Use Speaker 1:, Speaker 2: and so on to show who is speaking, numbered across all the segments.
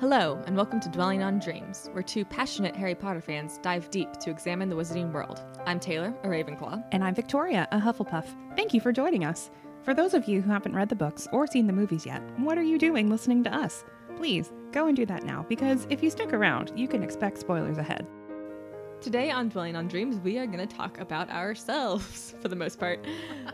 Speaker 1: Hello, and welcome to Dwelling on Dreams, where two passionate Harry Potter fans dive deep to examine the wizarding world. I'm Taylor, a Ravenclaw.
Speaker 2: And I'm Victoria, a Hufflepuff. Thank you for joining us. For those of you who haven't read the books or seen the movies yet, what are you doing listening to us? Please go and do that now, because if you stick around, you can expect spoilers ahead.
Speaker 1: Today on Dwelling on Dreams, we are going to talk about ourselves, for the most part.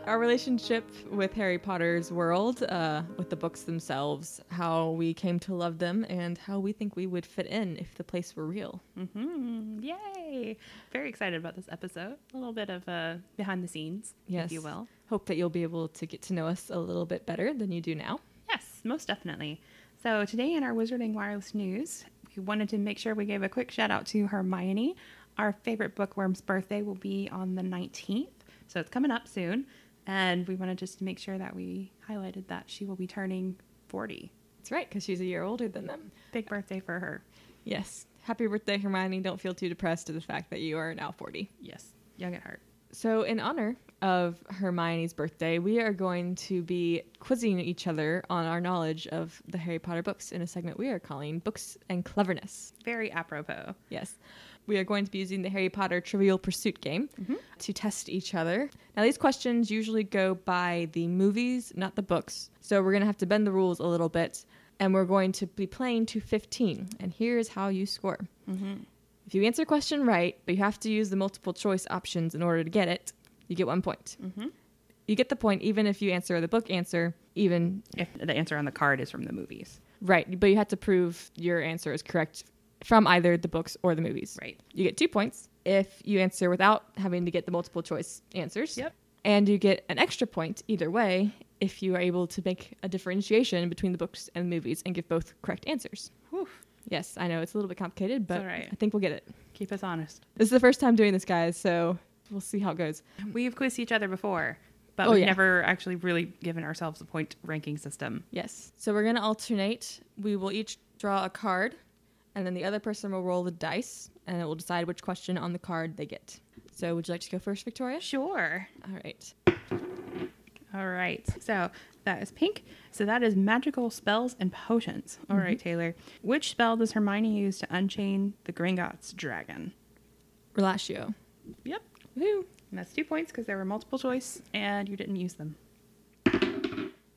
Speaker 1: Our relationship with Harry Potter's world, uh, with the books themselves, how we came to love them, and how we think we would fit in if the place were real.
Speaker 2: Mm-hmm. Yay! Very excited about this episode. A little bit of uh, behind the scenes,
Speaker 1: Yes.
Speaker 2: if you will.
Speaker 1: Hope that you'll be able to get to know us a little bit better than you do now.
Speaker 2: Yes, most definitely. So today in our Wizarding Wireless News, we wanted to make sure we gave a quick shout out to Hermione. Our favorite bookworm's birthday will be on the 19th, so it's coming up soon. And we wanted just to make sure that we highlighted that she will be turning 40.
Speaker 1: That's right, because she's a year older than them.
Speaker 2: Big birthday for her.
Speaker 1: Yes. Happy birthday, Hermione. Don't feel too depressed to the fact that you are now 40.
Speaker 2: Yes, young at heart.
Speaker 1: So, in honor of Hermione's birthday, we are going to be quizzing each other on our knowledge of the Harry Potter books in a segment we are calling Books and Cleverness.
Speaker 2: Very apropos.
Speaker 1: Yes. We are going to be using the Harry Potter Trivial Pursuit game to test each other. Now, these questions usually go by the movies, not the books. So, we're going to have to bend the rules a little bit, and we're going to be playing to 15. And here is how you score. If you answer a question right, but you have to use the multiple choice options in order to get it, you get one point. You get the point even if you answer the book answer, even
Speaker 2: If the answer on the card is from the movies.
Speaker 1: right, but you have to prove your answer is correct from either the books or the movies.
Speaker 2: Right.
Speaker 1: You get two points if you answer without having to get the multiple choice answers.
Speaker 2: Yep.
Speaker 1: And you get an extra point either way if you are able to make a differentiation between the books and movies and give both correct answers.
Speaker 2: Whew.
Speaker 1: Yes, I know it's a little bit complicated, but
Speaker 2: all right.
Speaker 1: I think we'll get it.
Speaker 2: Keep us honest.
Speaker 1: This is the first time doing this, guys, so we'll see how it goes.
Speaker 2: We've quizzed each other before, but
Speaker 1: Oh,
Speaker 2: we've
Speaker 1: yeah.
Speaker 2: never actually really given ourselves a point ranking system.
Speaker 1: Yes. So we're going to alternate. We will each draw a card, and then the other person will roll the dice, and it will decide which question on the card they get. So would you like to go first, Victoria?
Speaker 2: Sure.
Speaker 1: All right.
Speaker 2: All right. So that is pink. So that is magical spells and potions. All right, Taylor. Which spell does Hermione use to unchain the Gringotts dragon?
Speaker 1: Relatio.
Speaker 2: Yep.
Speaker 1: Woo.
Speaker 2: And that's two points because there were multiple choice and you didn't use them.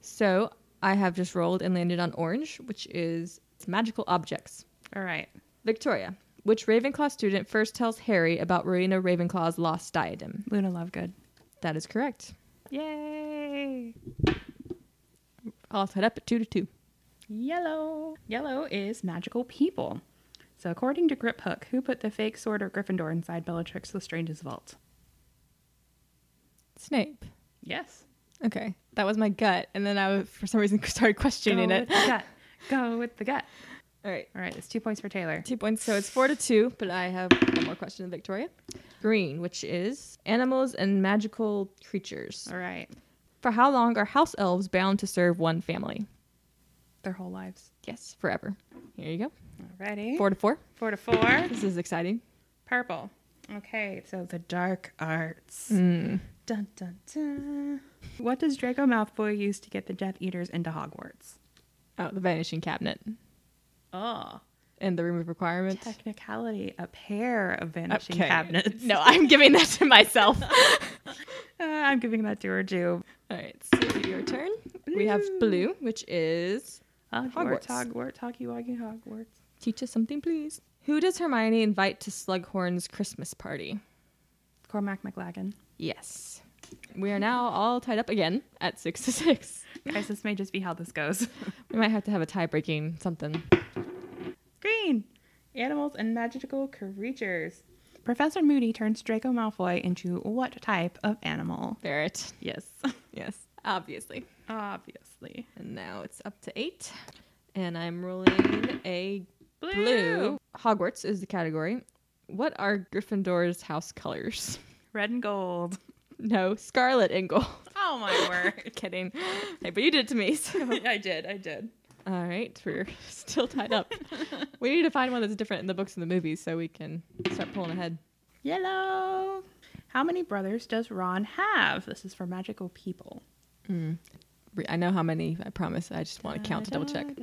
Speaker 1: So I have just rolled and landed on orange, which is it's magical objects.
Speaker 2: All right.
Speaker 1: Victoria, which Ravenclaw student first tells Harry about Rowena Ravenclaw's lost diadem?
Speaker 2: Luna Lovegood.
Speaker 1: That is correct.
Speaker 2: Yay.
Speaker 1: All tied up at two to two.
Speaker 2: Yellow. Yellow is magical people. So according to Grip Hook, who put the fake sword of Gryffindor inside Bellatrix Lestrange's vault?
Speaker 1: Snape.
Speaker 2: Yes.
Speaker 1: Okay, that was my gut, and then I, was- for some reason, started questioning
Speaker 2: Go
Speaker 1: it.
Speaker 2: with the gut. Go with the gut.
Speaker 1: All right,
Speaker 2: All right, that's two points for Taylor.
Speaker 1: two points. So it's four to two. But I have one more question, to Victoria. Green, which is animals and magical creatures.
Speaker 2: All right.
Speaker 1: For how long are house elves bound to serve one family?
Speaker 2: Their whole lives.
Speaker 1: Yes, forever. Here you go.
Speaker 2: Alrighty.
Speaker 1: Four to four.
Speaker 2: Four to four.
Speaker 1: This is exciting.
Speaker 2: Purple. Okay, so the dark arts. Dun dun dun. Mm. What does Draco Malfoy use to get the Death Eaters into Hogwarts?
Speaker 1: Oh, the vanishing cabinet
Speaker 2: Oh,
Speaker 1: and the room of requirements.
Speaker 2: technicality, a pair of vanishing
Speaker 1: Okay.
Speaker 2: cabinets.
Speaker 1: No, I'm giving that to myself.
Speaker 2: Uh, I'm giving that to her too.
Speaker 1: All right, so your turn. We have blue, which is
Speaker 2: Hogwarts,
Speaker 1: Hogwarts.
Speaker 2: Hogwarts, Hoggy Woggy Hogwarts.
Speaker 1: teach us something, please. Who does Hermione invite to Slughorn's Christmas party?
Speaker 2: Cormac McLagan.
Speaker 1: Yes. We are now all tied up again at six to six.
Speaker 2: Guys, this may just be how this goes.
Speaker 1: We might have to have a tie breaking something.
Speaker 2: Green. Animals and magical creatures. Professor Moody turns Draco Malfoy into what type of animal?
Speaker 1: Ferret.
Speaker 2: Yes.
Speaker 1: Yes, obviously.
Speaker 2: Obviously.
Speaker 1: And now it's up to eight. And I'm rolling a
Speaker 2: Blue.
Speaker 1: blue. Hogwarts is the category. What are Gryffindor's house colors?
Speaker 2: Red and gold.
Speaker 1: No, scarlet and gold.
Speaker 2: Oh my word.
Speaker 1: Kidding. Hey, but you did it to me. So.
Speaker 2: I did. I did.
Speaker 1: All right, we're still tied up. we need to find one that's different in the books and the movies so we can start pulling ahead.
Speaker 2: Yellow. How many brothers does Ron have? This is for magical people. Uh,
Speaker 1: Re- I know how many, I promise. I just want to count to double check.
Speaker 2: Da, da,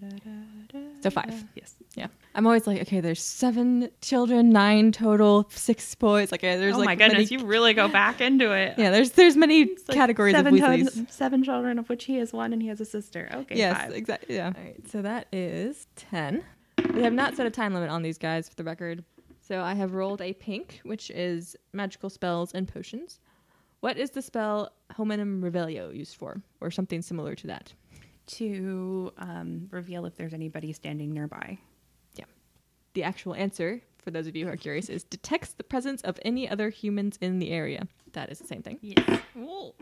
Speaker 2: da, da, da, da.
Speaker 1: So five.
Speaker 2: Yes.
Speaker 1: Yeah. I'm always like, okay, there's seven children, nine total, six boys. Like, uh, there's
Speaker 2: oh
Speaker 1: like
Speaker 2: my goodness,
Speaker 1: many,
Speaker 2: you really go back into it.
Speaker 1: yeah, there's there's many
Speaker 2: It's like
Speaker 1: categories of
Speaker 2: seven
Speaker 1: Weasleys.
Speaker 2: times- seven children, of which he has one, and he has a sister. Okay,
Speaker 1: yes,
Speaker 2: five.
Speaker 1: exactly. Yeah. All right. So that is 10. We have not set a time limit on these guys for the record. So I have rolled a pink, which is magical spells and potions. What is the spell Hominum Revelio used for, or something similar to that?
Speaker 2: to um, reveal if there's anybody standing nearby.
Speaker 1: The actual answer, for those of you who are curious, is detects the presence of any other humans in the area. That is the same thing.
Speaker 2: Yes. Ooh.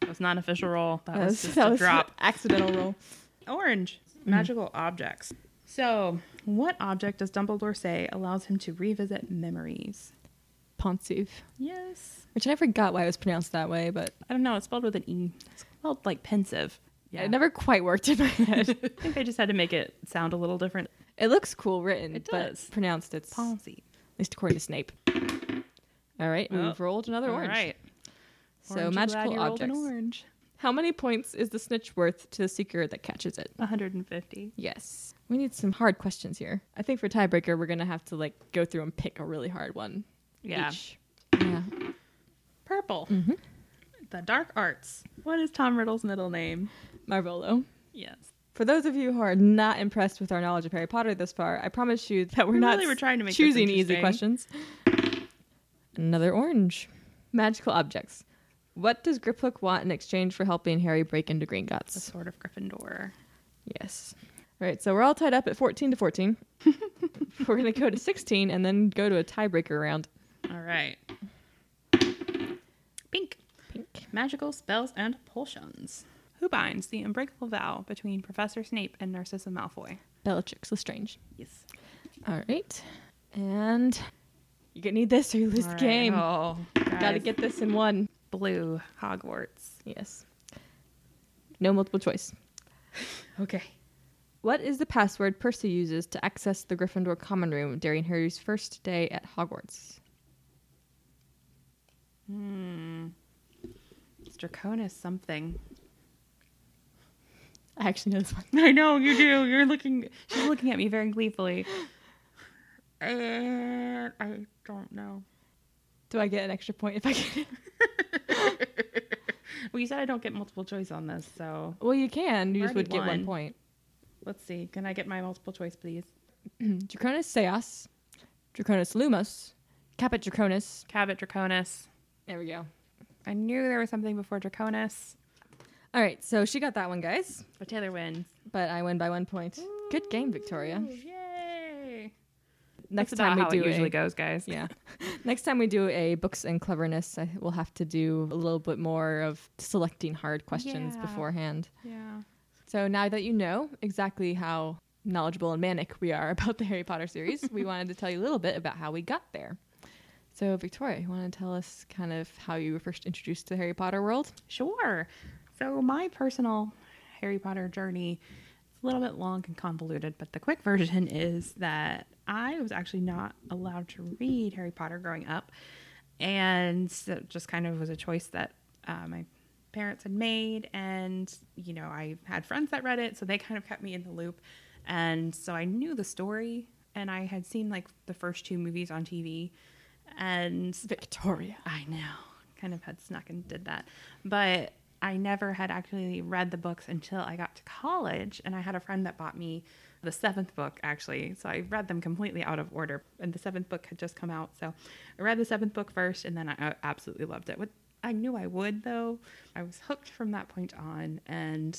Speaker 2: That was not an official roll. That, was just
Speaker 1: that
Speaker 2: a
Speaker 1: was
Speaker 2: drop.
Speaker 1: accidental roll.
Speaker 2: Orange. Magical objects. So, what object does Dumbledore say allows him to revisit memories?
Speaker 1: Ponsive,
Speaker 2: Yes.
Speaker 1: which I forgot why it was pronounced that way, but
Speaker 2: I don't know. It's spelled with an E. It's spelled like pensive.
Speaker 1: it never quite worked in my head.
Speaker 2: I think they just had to make it sound a little different.
Speaker 1: It looks cool written,
Speaker 2: It does.
Speaker 1: but pronounced it's at
Speaker 2: Policy.
Speaker 1: least according to Snape. All right,
Speaker 2: Oh,
Speaker 1: we've rolled another
Speaker 2: All
Speaker 1: orange.
Speaker 2: right.
Speaker 1: So
Speaker 2: Orange, I'm glad
Speaker 1: magical
Speaker 2: you rolled an
Speaker 1: objects.
Speaker 2: orange.
Speaker 1: How many points is the snitch worth to the seeker that catches it?
Speaker 2: 150.
Speaker 1: Yes. We need some hard questions here. I think for tiebreaker, we're gonna have to like go through and pick a really hard one.
Speaker 2: Yeah.
Speaker 1: Each. Yeah.
Speaker 2: Purple.
Speaker 1: Mm-hmm.
Speaker 2: The dark arts. What is Tom Riddle's middle name?
Speaker 1: Marvolo.
Speaker 2: Yes.
Speaker 1: For those of you who are not impressed with our knowledge of Harry Potter this far, I promise you that we're
Speaker 2: We
Speaker 1: not
Speaker 2: really were trying to make this
Speaker 1: choosing easy
Speaker 2: interesting.
Speaker 1: questions. Another orange. Magical objects. What does Griphook want in exchange for helping Harry break into
Speaker 2: The
Speaker 1: Gringotts?
Speaker 2: Sword of Gryffindor.
Speaker 1: Yes. All right, so we're all tied up at 14 to 14. we're going to go to 16 and then go to a tiebreaker round.
Speaker 2: All right. Pink.
Speaker 1: Pink.
Speaker 2: Magical spells and potions. Who binds the unbreakable vow between Professor Snape and Narcissa Malfoy?
Speaker 1: Bellatrix Lestrange.
Speaker 2: Yes.
Speaker 1: All right. And you're going to need this or you lose the game.
Speaker 2: Oh,
Speaker 1: Got to get this in one.
Speaker 2: blue Hogwarts.
Speaker 1: Yes. No multiple choice.
Speaker 2: Okay.
Speaker 1: What is the password Percy uses to access the Gryffindor common room during Harry's first day at Hogwarts?
Speaker 2: It's Hmm. Draconis something.
Speaker 1: I actually know this one.
Speaker 2: I know you do. You're looking. She's looking at me very gleefully. And Uh, I don't know.
Speaker 1: Do I get an extra point if I get it?
Speaker 2: Well, you said I don't get multiple choice on this, so
Speaker 1: Well, you can. You just
Speaker 2: Already
Speaker 1: would get one
Speaker 2: won.
Speaker 1: point.
Speaker 2: let's see. Can I get my multiple choice, please?
Speaker 1: Draconis Seas, Draconis Lumos, Caput Draconis.
Speaker 2: Cabot Draconis.
Speaker 1: There we go.
Speaker 2: I knew there was something before Draconis.
Speaker 1: All right, so she got that one, guys.
Speaker 2: But Taylor wins.
Speaker 1: But I win by one point. Good game, Victoria.
Speaker 2: Ooh, Yay!
Speaker 1: Next
Speaker 2: That's about
Speaker 1: time we
Speaker 2: how
Speaker 1: do
Speaker 2: it usually
Speaker 1: a,
Speaker 2: goes, guys.
Speaker 1: Yeah. Next time we do a books and cleverness, I, we'll have to do a little bit more of selecting hard questions
Speaker 2: Yeah.
Speaker 1: beforehand.
Speaker 2: Yeah.
Speaker 1: So now that you know exactly how knowledgeable and manic we are about the Harry Potter series, we wanted to tell you a little bit about how we got there. So, Victoria, you want to tell us kind of how you were first introduced to the Harry Potter world?
Speaker 2: Sure. So my personal Harry Potter journey is a little bit long and convoluted, but the quick version is that I was actually not allowed to read Harry Potter growing up, and so it just kind of was a choice that uh, my parents had made, and you know I had friends that read it, so they kind of kept me in the loop, and so I knew the story, and I had seen like the first two movies on TV, and
Speaker 1: Victoria.
Speaker 2: I know. Kind of had snuck and did that. But I never had actually read the books until I got to college. And I had a friend that bought me the seventh book, actually. So I read them completely out of order. And the seventh book had just come out. So I read the seventh book first, and then I uh, absolutely loved it. What I knew I would, though. I was hooked from that point on. And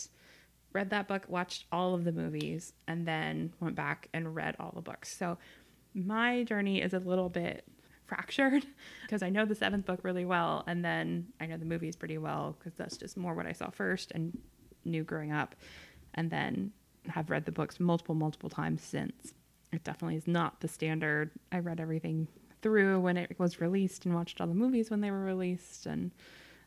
Speaker 2: read that book, watched all of the movies, and then went back and read all the books. So my journey is a little bit fractured because I know the seventh book really well, and then I know the movies pretty well because that's just more what I saw first and knew growing up, and then have read the books multiple, multiple times since. It definitely is not the standard. I read everything through when it was released and watched all the movies when they were released and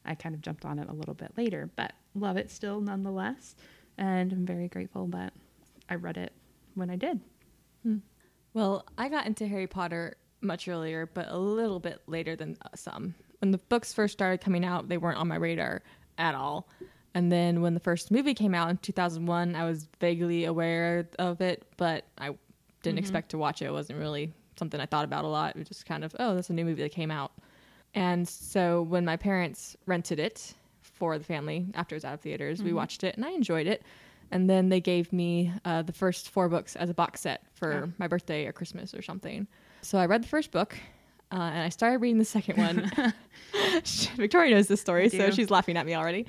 Speaker 2: I kind of jumped on it a little bit later, but love it still nonetheless. And I'm very grateful that I read it when I did.
Speaker 1: Well, I got into Harry Potter much earlier, but a little bit later than uh, some. When the books first started coming out, they weren't on my radar at all. And then when the first movie came out in 2001, I was vaguely aware of it, but I didn't expect to watch it. It wasn't really something I thought about a lot. It was just kind of, oh, that's a new movie that came out. And so when my parents rented it for the family after it was out of theaters, we watched it and I enjoyed it. And then they gave me uh, the first four books as a box set for my birthday or Christmas or something. So I read the first book uh, and I started reading the second one. Victoria knows this story, so
Speaker 2: do.
Speaker 1: she's laughing at me already.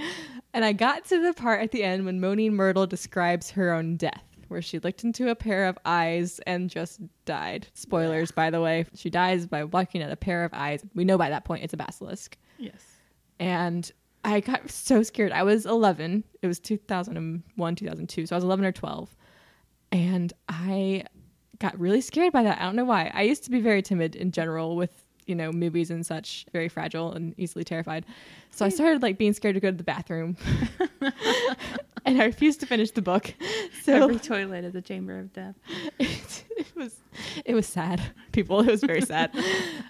Speaker 1: And I got to the part at the end when Moni Myrtle describes her own death, where she looked into a pair of eyes and just died. Spoilers, by the way. She dies by looking at a pair of eyes. We know by that point it's a basilisk.
Speaker 2: Yes.
Speaker 1: And I got so scared. I was 11. It was 2001, 2002. So I was 11 or 12. And I got really scared by that. I don't know why. I used to be very timid in general with, you know, movies and such, very fragile and easily terrified. So I started like being scared to go to the bathroom. and I refused to finish the book. So
Speaker 2: Every toilet is a chamber of death.
Speaker 1: it, it was it was sad people it was very sad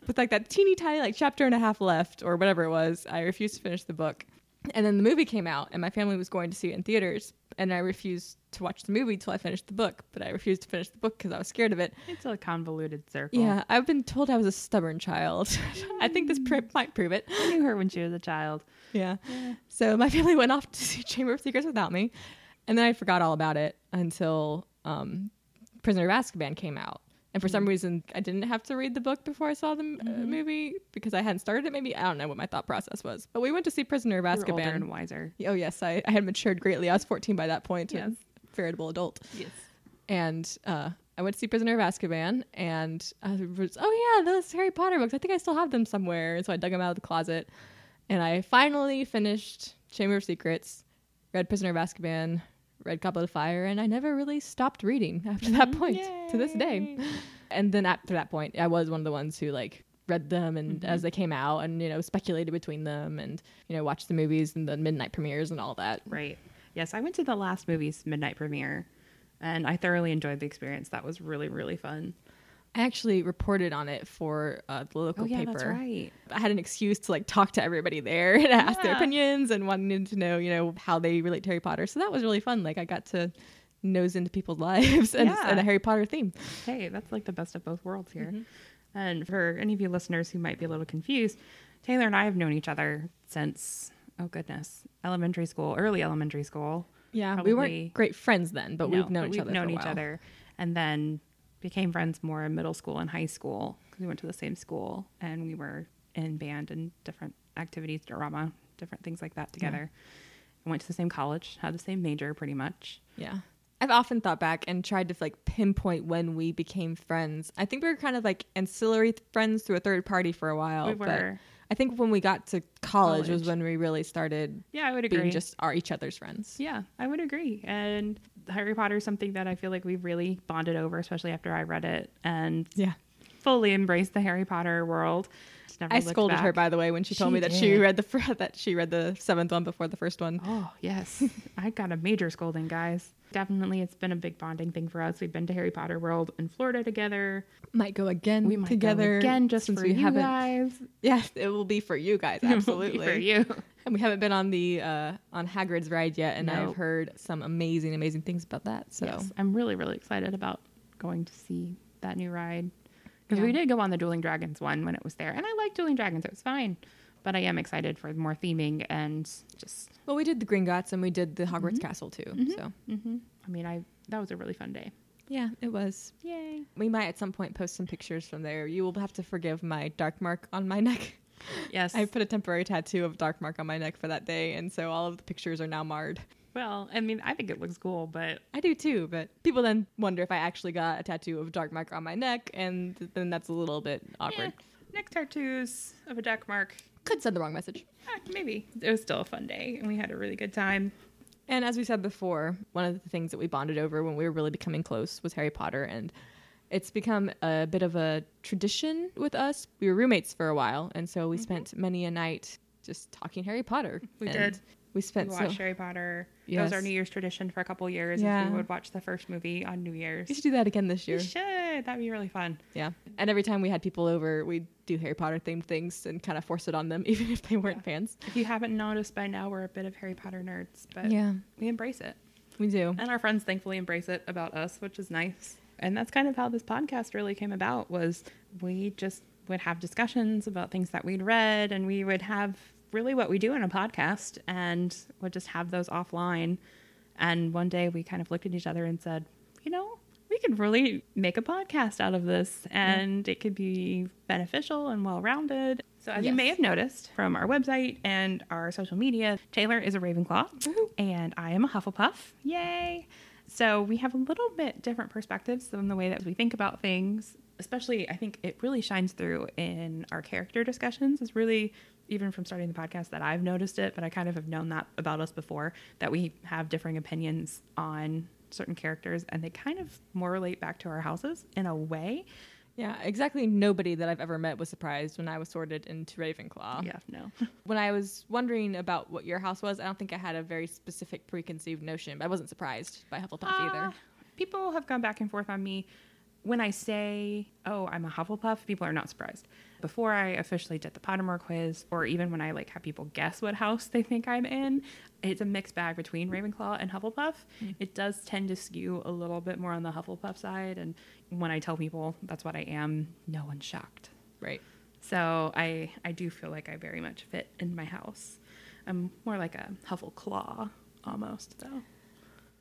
Speaker 1: with like that teeny tiny like chapter and a half left or whatever it was i refused to finish the book and then the movie came out and my family was going to see it in theaters and i refused to watch the movie till i finished the book but i refused to finish the book because i was scared of it
Speaker 2: It's a convoluted circle.
Speaker 1: yeah i've been told i was a stubborn child i think this pr- might prove it
Speaker 2: I knew her when she was a child.
Speaker 1: yeah. So my family went off to see Chamber of Secrets without me, and then I forgot all about it until um, Prisoner of Azkaban came out. And for
Speaker 2: Mm.
Speaker 1: some reason, I didn't have to read the book before I saw the m- uh,
Speaker 2: Mm-hmm.
Speaker 1: movie because I hadn't started it. Maybe I don't know what my thought process was. But we went to see Prisoner of
Speaker 2: You were older and
Speaker 1: Azkaban.
Speaker 2: wiser.
Speaker 1: Oh yes, I, I had matured greatly. I was 14 by that point. a
Speaker 2: Yes.
Speaker 1: veritable adult
Speaker 2: Yes.
Speaker 1: and uh, I went to see Prisoner of Azkaban, and I was, oh yeah, those Harry Potter books. I think I still have them somewhere. So I dug them out of the closet, and I finally finished Chamber of Secrets, read Prisoner of Azkaban, read Goblet of Fire, and I never really stopped reading after that
Speaker 2: Mm,
Speaker 1: point to this day. And then after that point, I was one of the ones who like read them and
Speaker 2: Mm-hmm.
Speaker 1: as they came out and you know speculated between them and you know watched the movies and the midnight premieres and all that
Speaker 2: Right. Yes, I went to the last movie's midnight premiere and I thoroughly enjoyed the experience. That was really, really fun.
Speaker 1: i actually reported on it for uh, the local
Speaker 2: Oh, yeah,
Speaker 1: paper
Speaker 2: that's right.
Speaker 1: I had an excuse to like talk to everybody there and ask their
Speaker 2: Yeah.
Speaker 1: opinions and wanted to know, you know, how they relate to Harry Potter. So that was really fun. Like I got to nose into people's lives and,
Speaker 2: Yeah.
Speaker 1: and a Harry Potter theme.
Speaker 2: Hey, that's like the best of both worlds here. And for any of you listeners who might be a little confused, Taylor and I have known each other since, oh goodness, elementary school, early elementary school.
Speaker 1: Yeah,
Speaker 2: Probably-
Speaker 1: we weren't great friends then, but
Speaker 2: No,
Speaker 1: we've known
Speaker 2: but
Speaker 1: each other. for a while.
Speaker 2: and then became friends more in middle school and high school because we went to the same school and we were in band and different activities, drama, different things like that together. I went to the same college, had the same major pretty much.
Speaker 1: Yeah. I've often thought back and tried to like pinpoint when we became friends. I think we were kind of like ancillary th- friends through a third party for a while.
Speaker 2: We
Speaker 1: but
Speaker 2: were.
Speaker 1: I think when we got to college, was
Speaker 2: College.
Speaker 1: when we really started
Speaker 2: Yeah, I would agree.
Speaker 1: being just our each other's friends.
Speaker 2: Yeah, I would agree. And Harry Potter is something that I feel like we really bonded over, especially after I read it and
Speaker 1: Yeah.
Speaker 2: fully embraced the Harry Potter world. Just never
Speaker 1: I
Speaker 2: looked
Speaker 1: scolded her
Speaker 2: back.
Speaker 1: by the way when she told
Speaker 2: She
Speaker 1: me that she
Speaker 2: did.
Speaker 1: read the fir- that she read the seventh one before the first one.
Speaker 2: Oh, yes. I got a major scolding, guys. Definitely, it's been a big bonding thing for us. We've been to Harry Potter World in Florida together.
Speaker 1: Might go again.
Speaker 2: We might
Speaker 1: together
Speaker 2: go again just
Speaker 1: since
Speaker 2: for
Speaker 1: we
Speaker 2: you
Speaker 1: haven't.
Speaker 2: guys.
Speaker 1: Yes, it will be for you guys
Speaker 2: Only
Speaker 1: absolutely.
Speaker 2: for you.
Speaker 1: And we haven't been on the uh, on Hagrid's ride yet, and
Speaker 2: No.
Speaker 1: I've heard some amazing, amazing things about that. So
Speaker 2: Yes, I'm really, really excited about going to see that new ride because
Speaker 1: Yeah.
Speaker 2: we did go on the Dueling Dragons one when it was there, and I like Dueling Dragons. It was fine, but I am excited for more theming and just.
Speaker 1: well, we did the Gringotts and we did the Hogwarts Castle too. So
Speaker 2: hmm I mean, I that was a really fun day.
Speaker 1: yeah, it was.
Speaker 2: Yay!
Speaker 1: We might at some point post some pictures from there. You will have to forgive my dark mark on my neck.
Speaker 2: Yes,
Speaker 1: I put a temporary tattoo of dark mark on my neck for that day, and so all of the pictures are now marred.
Speaker 2: well, I mean, I think it looks cool, but
Speaker 1: I do too, but people then wonder if I actually got a tattoo of dark mark on my neck, and th- then that's a little bit awkward.
Speaker 2: Eh, neck tattoos of a dark mark.
Speaker 1: Could send the wrong message.
Speaker 2: Ah, maybe. It was still a fun day and we had a really good time.
Speaker 1: And as we said before, one of the things that we bonded over when we were really becoming close was Harry Potter, and it's become a bit of a tradition with us. Mm-hmm. We were roommates for a while, and so we spent many a night just talking Harry Potter.
Speaker 2: We
Speaker 1: and
Speaker 2: did.
Speaker 1: We spent
Speaker 2: we
Speaker 1: so.
Speaker 2: watched Harry Potter. That
Speaker 1: Yes.
Speaker 2: was our New Year's tradition for a couple years. Is
Speaker 1: Yeah.
Speaker 2: we would watch the first movie on New Year's.
Speaker 1: We should do that again this
Speaker 2: We
Speaker 1: year.
Speaker 2: should. That'd be really fun.
Speaker 1: Yeah. And every time we had people over, we'd do Harry Potter themed things and kind of force it on them, even if they weren't
Speaker 2: Yeah.
Speaker 1: fans.
Speaker 2: If you haven't noticed by now, we're a bit of Harry Potter nerds, but
Speaker 1: yeah,
Speaker 2: we embrace it.
Speaker 1: we do.
Speaker 2: And our friends thankfully embrace it about us, which is nice. And that's kind of how this podcast really came about was we just would have discussions about things that we'd read and we would have really what we do in a podcast and would just have those offline. And one day we kind of looked at each other and said, you know, we could really make a podcast out of this and it could be beneficial and well rounded. So, as you
Speaker 1: Yes.
Speaker 2: may have noticed from our website and our social media, Taylor is a Ravenclaw
Speaker 1: Woohoo.
Speaker 2: and I am a Hufflepuff. Yay! So, we have a little bit different perspectives on the way that we think about things. Especially, I think it really shines through in our character discussions. Is really even from starting the podcast that I've noticed it, but I kind of have known that about us before that we have differing opinions on certain characters and they kind of more relate back to our houses in a way.
Speaker 1: Yeah, exactly. Nobody that I've ever met was surprised when I was sorted into Ravenclaw.
Speaker 2: Yeah, no.
Speaker 1: When I was wondering about what your house was, I don't think I had a very specific preconceived notion, but I wasn't surprised by Hufflepuff
Speaker 2: Uh,
Speaker 1: either.
Speaker 2: People have gone back and forth on me. When I say, oh, I'm a Hufflepuff, people are not surprised. Before I officially did the Pottermore quiz, or even when I like have people guess what house they think I'm in, it's a mixed bag between Ravenclaw and Hufflepuff. It does tend to skew a little bit more on the Hufflepuff side. And when I tell people that's what I am, no one's shocked.
Speaker 1: Right.
Speaker 2: So I, I do feel like I very much fit in my house. I'm more like a Huffleclaw almost, though.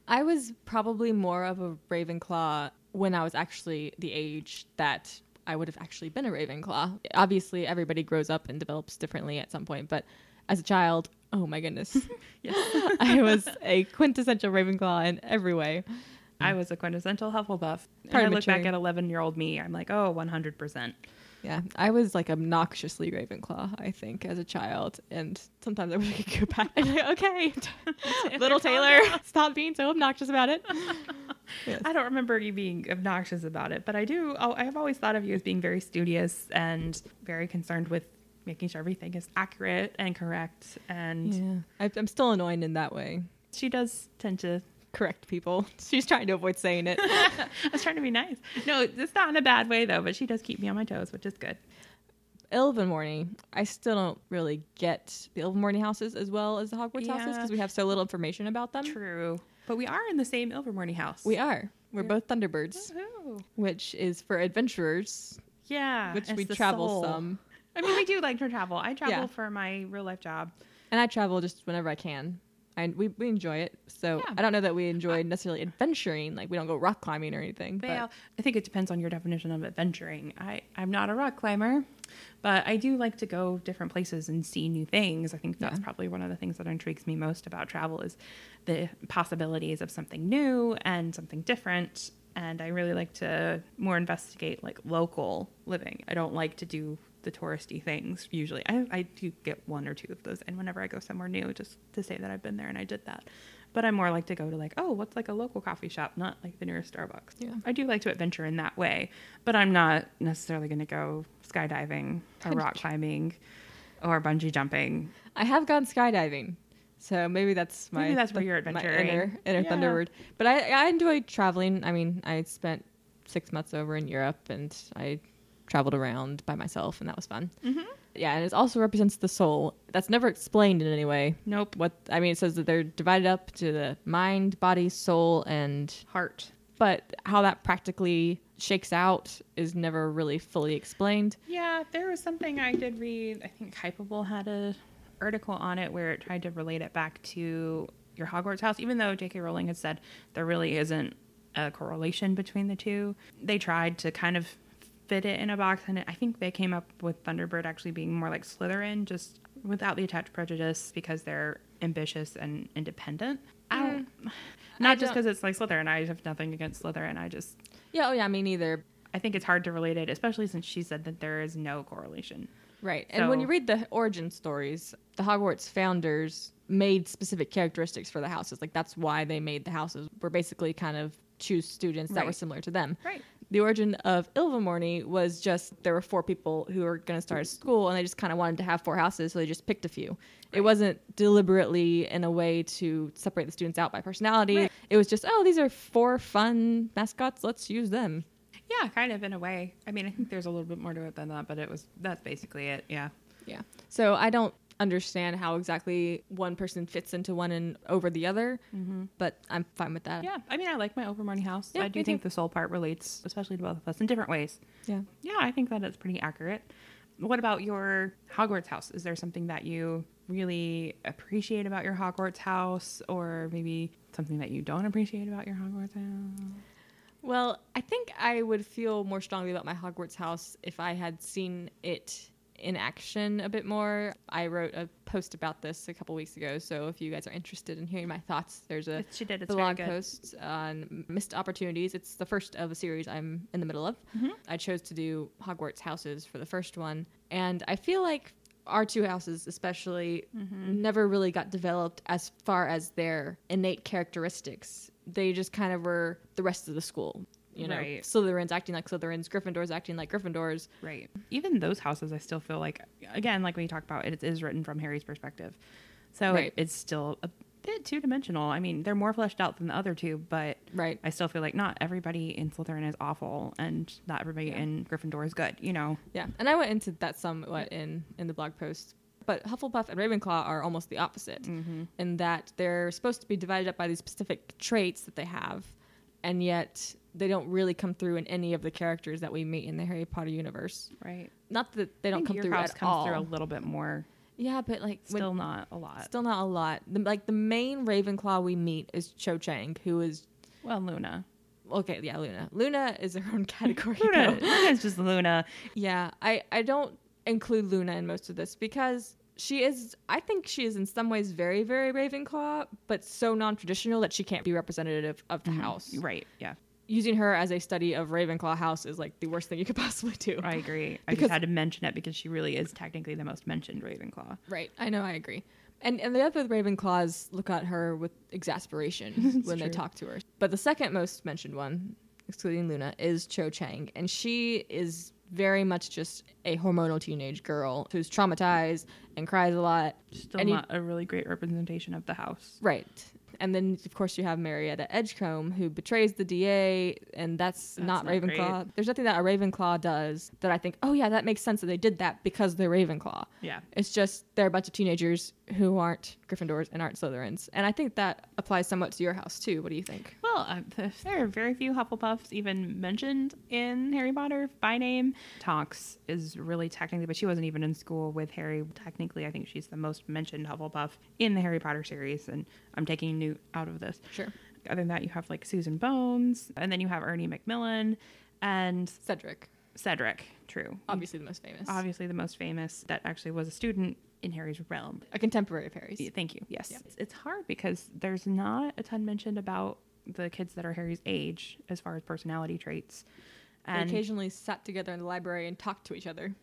Speaker 1: I was probably more of a Ravenclaw when I was actually the age that I would have actually been a Ravenclaw. Obviously, everybody grows up and develops differently at some point, but as a child, oh my goodness,
Speaker 2: Yes.
Speaker 1: I was a quintessential Ravenclaw in every way. Mm.
Speaker 2: I was a quintessential Hufflepuff. And I
Speaker 1: Part
Speaker 2: look back
Speaker 1: mature.
Speaker 2: at 11 year old me, I'm like, oh, 100%.
Speaker 1: Yeah, I was like obnoxiously Ravenclaw, I think, as a child, and sometimes I wish I could go back. i like, okay, little Taylor, stop being so obnoxious about it. Yes.
Speaker 2: I don't remember you being obnoxious about it, but I do. oh, I've always thought of you as being very studious and very concerned with making sure everything is accurate and correct. And
Speaker 1: Yeah, I, I'm still annoying in that way.
Speaker 2: she does tend to.
Speaker 1: Correct people. She's trying to avoid saying it.
Speaker 2: I was trying to be nice. No, it's not in a bad way, though, but she does keep me on my toes, which is good.
Speaker 1: Elven Morning. I still don't really get the Elven Morning houses as well as the Hogwarts houses
Speaker 2: Yeah.
Speaker 1: because we have so little information about them.
Speaker 2: True. But we are in the same Ilvermorny house.
Speaker 1: We are. We're
Speaker 2: Yeah.
Speaker 1: both Thunderbirds,
Speaker 2: Woohoo.
Speaker 1: which is for adventurers,
Speaker 2: Yeah.
Speaker 1: which
Speaker 2: it's
Speaker 1: we
Speaker 2: the
Speaker 1: travel
Speaker 2: soul.
Speaker 1: some.
Speaker 2: I mean, we do like to travel. I travel
Speaker 1: Yeah.
Speaker 2: for my real life job.
Speaker 1: And I travel just whenever I can. And we, we enjoy it. So
Speaker 2: Yeah.
Speaker 1: I don't know that we enjoy necessarily adventuring. Like we don't go rock climbing or anything. But
Speaker 2: Well, I think it depends on your definition of adventuring. I, I'm not a rock climber, but I do like to go different places and see new things. I think that's
Speaker 1: Yeah.
Speaker 2: probably one of the things that intrigues me most about travel is the possibilities of something new and something different. And I really like to more investigate like local living. I don't like to do the touristy things usually. I, I do get one or two of those. And whenever I go somewhere new, just to say that I've been there and I did that. But I'm more like to go to like, oh, what's like a local coffee shop, not like the nearest Starbucks.
Speaker 1: Yeah.
Speaker 2: I do like to adventure in that way, but I'm not necessarily going to go skydiving or rock climbing or bungee jumping.
Speaker 1: I have gone skydiving, so maybe that's my
Speaker 2: Maybe that's where you're
Speaker 1: my
Speaker 2: adventuring.
Speaker 1: inner, inner
Speaker 2: Yeah.
Speaker 1: Thunderbird. But I I enjoy traveling. I mean, I spent six months over in Europe, and I traveled around by myself, and that was fun. Mm-hmm. Yeah, and it also represents the soul. That's never explained in any way.
Speaker 2: Nope.
Speaker 1: What I mean, it says that they're divided up to the mind, body, soul, and
Speaker 2: Heart.
Speaker 1: but how that practically shakes out is never really fully explained.
Speaker 2: Yeah, there was something I did read. I think Hypable had a article on it where it tried to relate it back to your Hogwarts house, even though J.K. Rowling had said there really isn't a correlation between the two. They tried to kind of fit it in a box, and I think they came up with Thunderbird actually being more like Slytherin, just without the attached prejudice because they're ambitious and independent. I don't, not
Speaker 1: I
Speaker 2: just
Speaker 1: don't-
Speaker 2: because it's like Slytherin. I have nothing against Slytherin. I just
Speaker 1: Yeah, oh yeah, me neither.
Speaker 2: I think it's hard to relate it, especially since she said that there is no correlation.
Speaker 1: Right. And when
Speaker 2: So-
Speaker 1: you read the origin stories, the Hogwarts founders made specific characteristics for the houses. Like that's why they made the houses. Were basically kind of choose students that were
Speaker 2: Right.
Speaker 1: similar to them.
Speaker 2: Right.
Speaker 1: The origin of Ilvermorny was just there were four people who were going to start a school, and they just kind of wanted to have four houses, so they just picked a few. It wasn't deliberately in a way to separate the students out by personality.
Speaker 2: Right.
Speaker 1: It was just, oh, these are four fun mascots. Let's use them.
Speaker 2: Yeah, kind of in a way. I mean, I think there's a little bit more to it than that, but it was that's basically it. Yeah.
Speaker 1: Yeah. So I don't understand how exactly one person fits into one and over the other, but I'm fine with that.
Speaker 2: Yeah. I mean, I like my Overmorning house.
Speaker 1: Yeah,
Speaker 2: I do
Speaker 1: me
Speaker 2: think
Speaker 1: too.
Speaker 2: the soul part relates, especially to both of us, in different ways.
Speaker 1: Yeah.
Speaker 2: Yeah, I think that it's pretty accurate. What about your Hogwarts house? Is there something that you really appreciate about your Hogwarts house, or maybe something that you don't appreciate about your Hogwarts house?
Speaker 1: Well, I think I would feel more strongly about my Hogwarts house if I had seen it in action a bit more. I wrote a post about this a couple weeks ago, so if you guys are interested in hearing my thoughts, there's a
Speaker 2: She did.
Speaker 1: blog post on missed opportunities. It's the first of a series I'm in the middle of. I chose to do Hogwarts houses for the first one, and I feel like our two houses, especially, never really got developed as far as their innate characteristics. They just kind of were the rest of the school. You know,
Speaker 2: Right.
Speaker 1: Slytherins acting like Slytherins, Gryffindors acting like Gryffindors.
Speaker 2: Right. Even those houses, I still feel like, again, like we talked about, it is written from Harry's perspective. So it-
Speaker 1: Right.
Speaker 2: it's still a bit two dimensional. I mean, they're more fleshed out than the other two, but
Speaker 1: Right.
Speaker 2: I still feel like not everybody in Slytherin is awful and not everybody
Speaker 1: Yeah.
Speaker 2: in Gryffindor is good, you know?
Speaker 1: Yeah, and I went into that somewhat in in the blog post. But Hufflepuff and Ravenclaw are almost the opposite
Speaker 2: Mm-hmm.
Speaker 1: in that they're supposed to be divided up by these specific traits that they have, and yet they don't really come through in any of the characters that we meet in the Harry Potter universe.
Speaker 2: Right.
Speaker 1: Not that they don't come
Speaker 2: your
Speaker 1: through
Speaker 2: house
Speaker 1: at
Speaker 2: comes
Speaker 1: all.
Speaker 2: through a little bit more.
Speaker 1: yeah, but like when-
Speaker 2: Still not a lot.
Speaker 1: still not a lot. The, like the main Ravenclaw we meet is Cho Chang, who is
Speaker 2: well, Luna.
Speaker 1: okay. Yeah, Luna. Luna is her own category.
Speaker 2: Luna.
Speaker 1: though.
Speaker 2: Luna's just Luna.
Speaker 1: Yeah, I, I don't include Luna in most of this because she is, I think she is in some ways very, very Ravenclaw, but so non traditional that she can't be representative of the house.
Speaker 2: Right. Yeah.
Speaker 1: Using her as a study of Ravenclaw house is like the worst thing you could possibly do.
Speaker 2: I agree. I
Speaker 1: Because-
Speaker 2: just had to mention it because she really is technically the most mentioned Ravenclaw.
Speaker 1: Right. I know, I agree. And, and the other Ravenclaws look at her with exasperation when they
Speaker 2: true.
Speaker 1: talk to her. But the second most mentioned one, excluding Luna, is Cho Chang. And she is very much just a hormonal teenage girl who's traumatized and cries a lot.
Speaker 2: Still
Speaker 1: And you-
Speaker 2: not a really great representation of the house.
Speaker 1: Right. And then, of course, you have Marietta Edgecombe, who betrays the DA, and that's, not,
Speaker 2: not
Speaker 1: Ravenclaw. There's nothing that a Ravenclaw does that I think, oh, yeah, that makes sense that they did that because they're Ravenclaw.
Speaker 2: Yeah.
Speaker 1: It's just they're a bunch of teenagers who aren't Gryffindors and aren't Slytherins. And I think that applies somewhat to your house, too. What do you think?
Speaker 2: Well, uh, th- there are very few Hufflepuffs even mentioned in Harry Potter by name. Tonks is really technically, but she wasn't even in school with Harry. Technically, I think she's the most mentioned Hufflepuff in the Harry Potter series, and I'm taking Newt out of this.
Speaker 1: Sure.
Speaker 2: Other than that, you have like Susan Bones, and then you have Ernie McMillan and
Speaker 1: Cedric,
Speaker 2: Cedric. True.
Speaker 1: obviously the most famous.
Speaker 2: Obviously, the most famous that actually was a student in Harry's realm.
Speaker 1: a contemporary of Harry's.
Speaker 2: Yeah, Thank you. Yes.
Speaker 1: Yeah.
Speaker 2: It's, it's hard because there's not a ton mentioned about the kids that are Harry's age as far as personality traits.
Speaker 1: They
Speaker 2: And
Speaker 1: occasionally sat together in the library and talked to each other.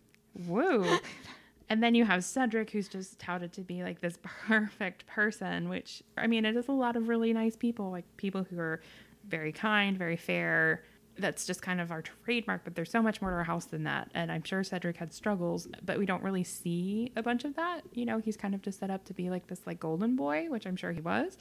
Speaker 2: whoa. and then you have Cedric, who's just touted to be like this perfect person, which I mean, it is a lot of really nice people, like people who are very kind, very fair. That's just kind of our trademark, but there's so much more to our house than that. And I'm sure Cedric had struggles, but we don't really see a bunch of that. You know, he's kind of just set up to be like this like golden boy, which I'm sure he was.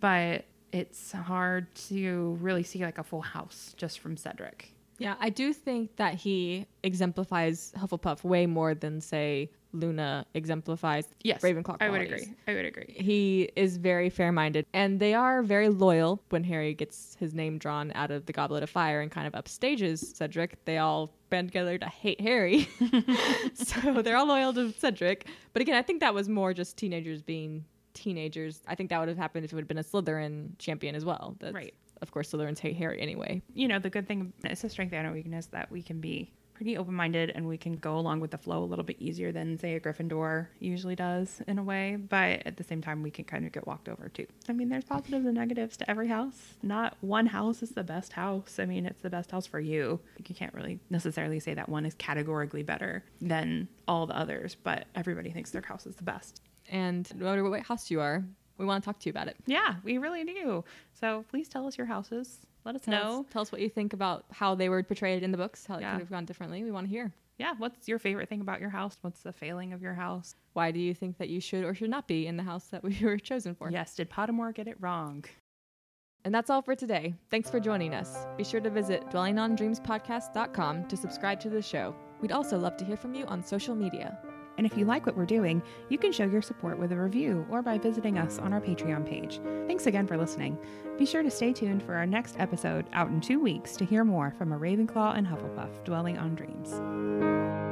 Speaker 2: But it's hard to really see like a full house just from Cedric.
Speaker 1: Yeah, I do think that he exemplifies Hufflepuff way more than say Luna exemplifies
Speaker 2: Yes.
Speaker 1: Ravenclaw.
Speaker 2: I would
Speaker 1: qualities.
Speaker 2: agree. I would agree.
Speaker 1: He is very fair-minded, and they are very loyal. When Harry gets his name drawn out of the Goblet of Fire and kind of upstages Cedric, they all band together to hate Harry. so they're all loyal to Cedric. But again, I think that was more just teenagers being teenagers. I think that would have happened if it would have been a Slytherin champion as well. That's,
Speaker 2: Right.
Speaker 1: Of course, Slytherins hate Harry anyway.
Speaker 2: you know, the good thing is a strength and a weakness that we can be pretty open minded and we can go along with the flow a little bit easier than, say, a Gryffindor usually does in a way. But at the same time, we can kind of get walked over too. I mean, there's positives and negatives to every house. Not one house is the best house. I mean, it's the best house for you. You can't really necessarily say that one is categorically better than all the others, but everybody thinks their house is the best.
Speaker 1: And no matter what house you are, we want to talk to you about it.
Speaker 2: Yeah, we really do. So please tell us your houses. Let us
Speaker 1: Tell
Speaker 2: know.
Speaker 1: us, tell us what you think about how they were portrayed in the books, how it
Speaker 2: Yeah.
Speaker 1: could have gone differently. We want to hear.
Speaker 2: Yeah, what's your favorite thing about your house? What's the failing of your house?
Speaker 1: Why do you think that you should or should not be in the house that we were chosen for?
Speaker 2: Yes, did Pottermore get it wrong?
Speaker 1: And that's all for today. Thanks for joining us. Be sure to visit dwellingondreamspodcast.com to subscribe to the show. We'd also love to hear from you on social media.
Speaker 2: And if you like what we're doing, you can show your support with a review or by visiting us on our Patreon page. Thanks again for listening. Be sure to stay tuned for our next episode out in two weeks to hear more from a Ravenclaw and Hufflepuff dwelling on dreams.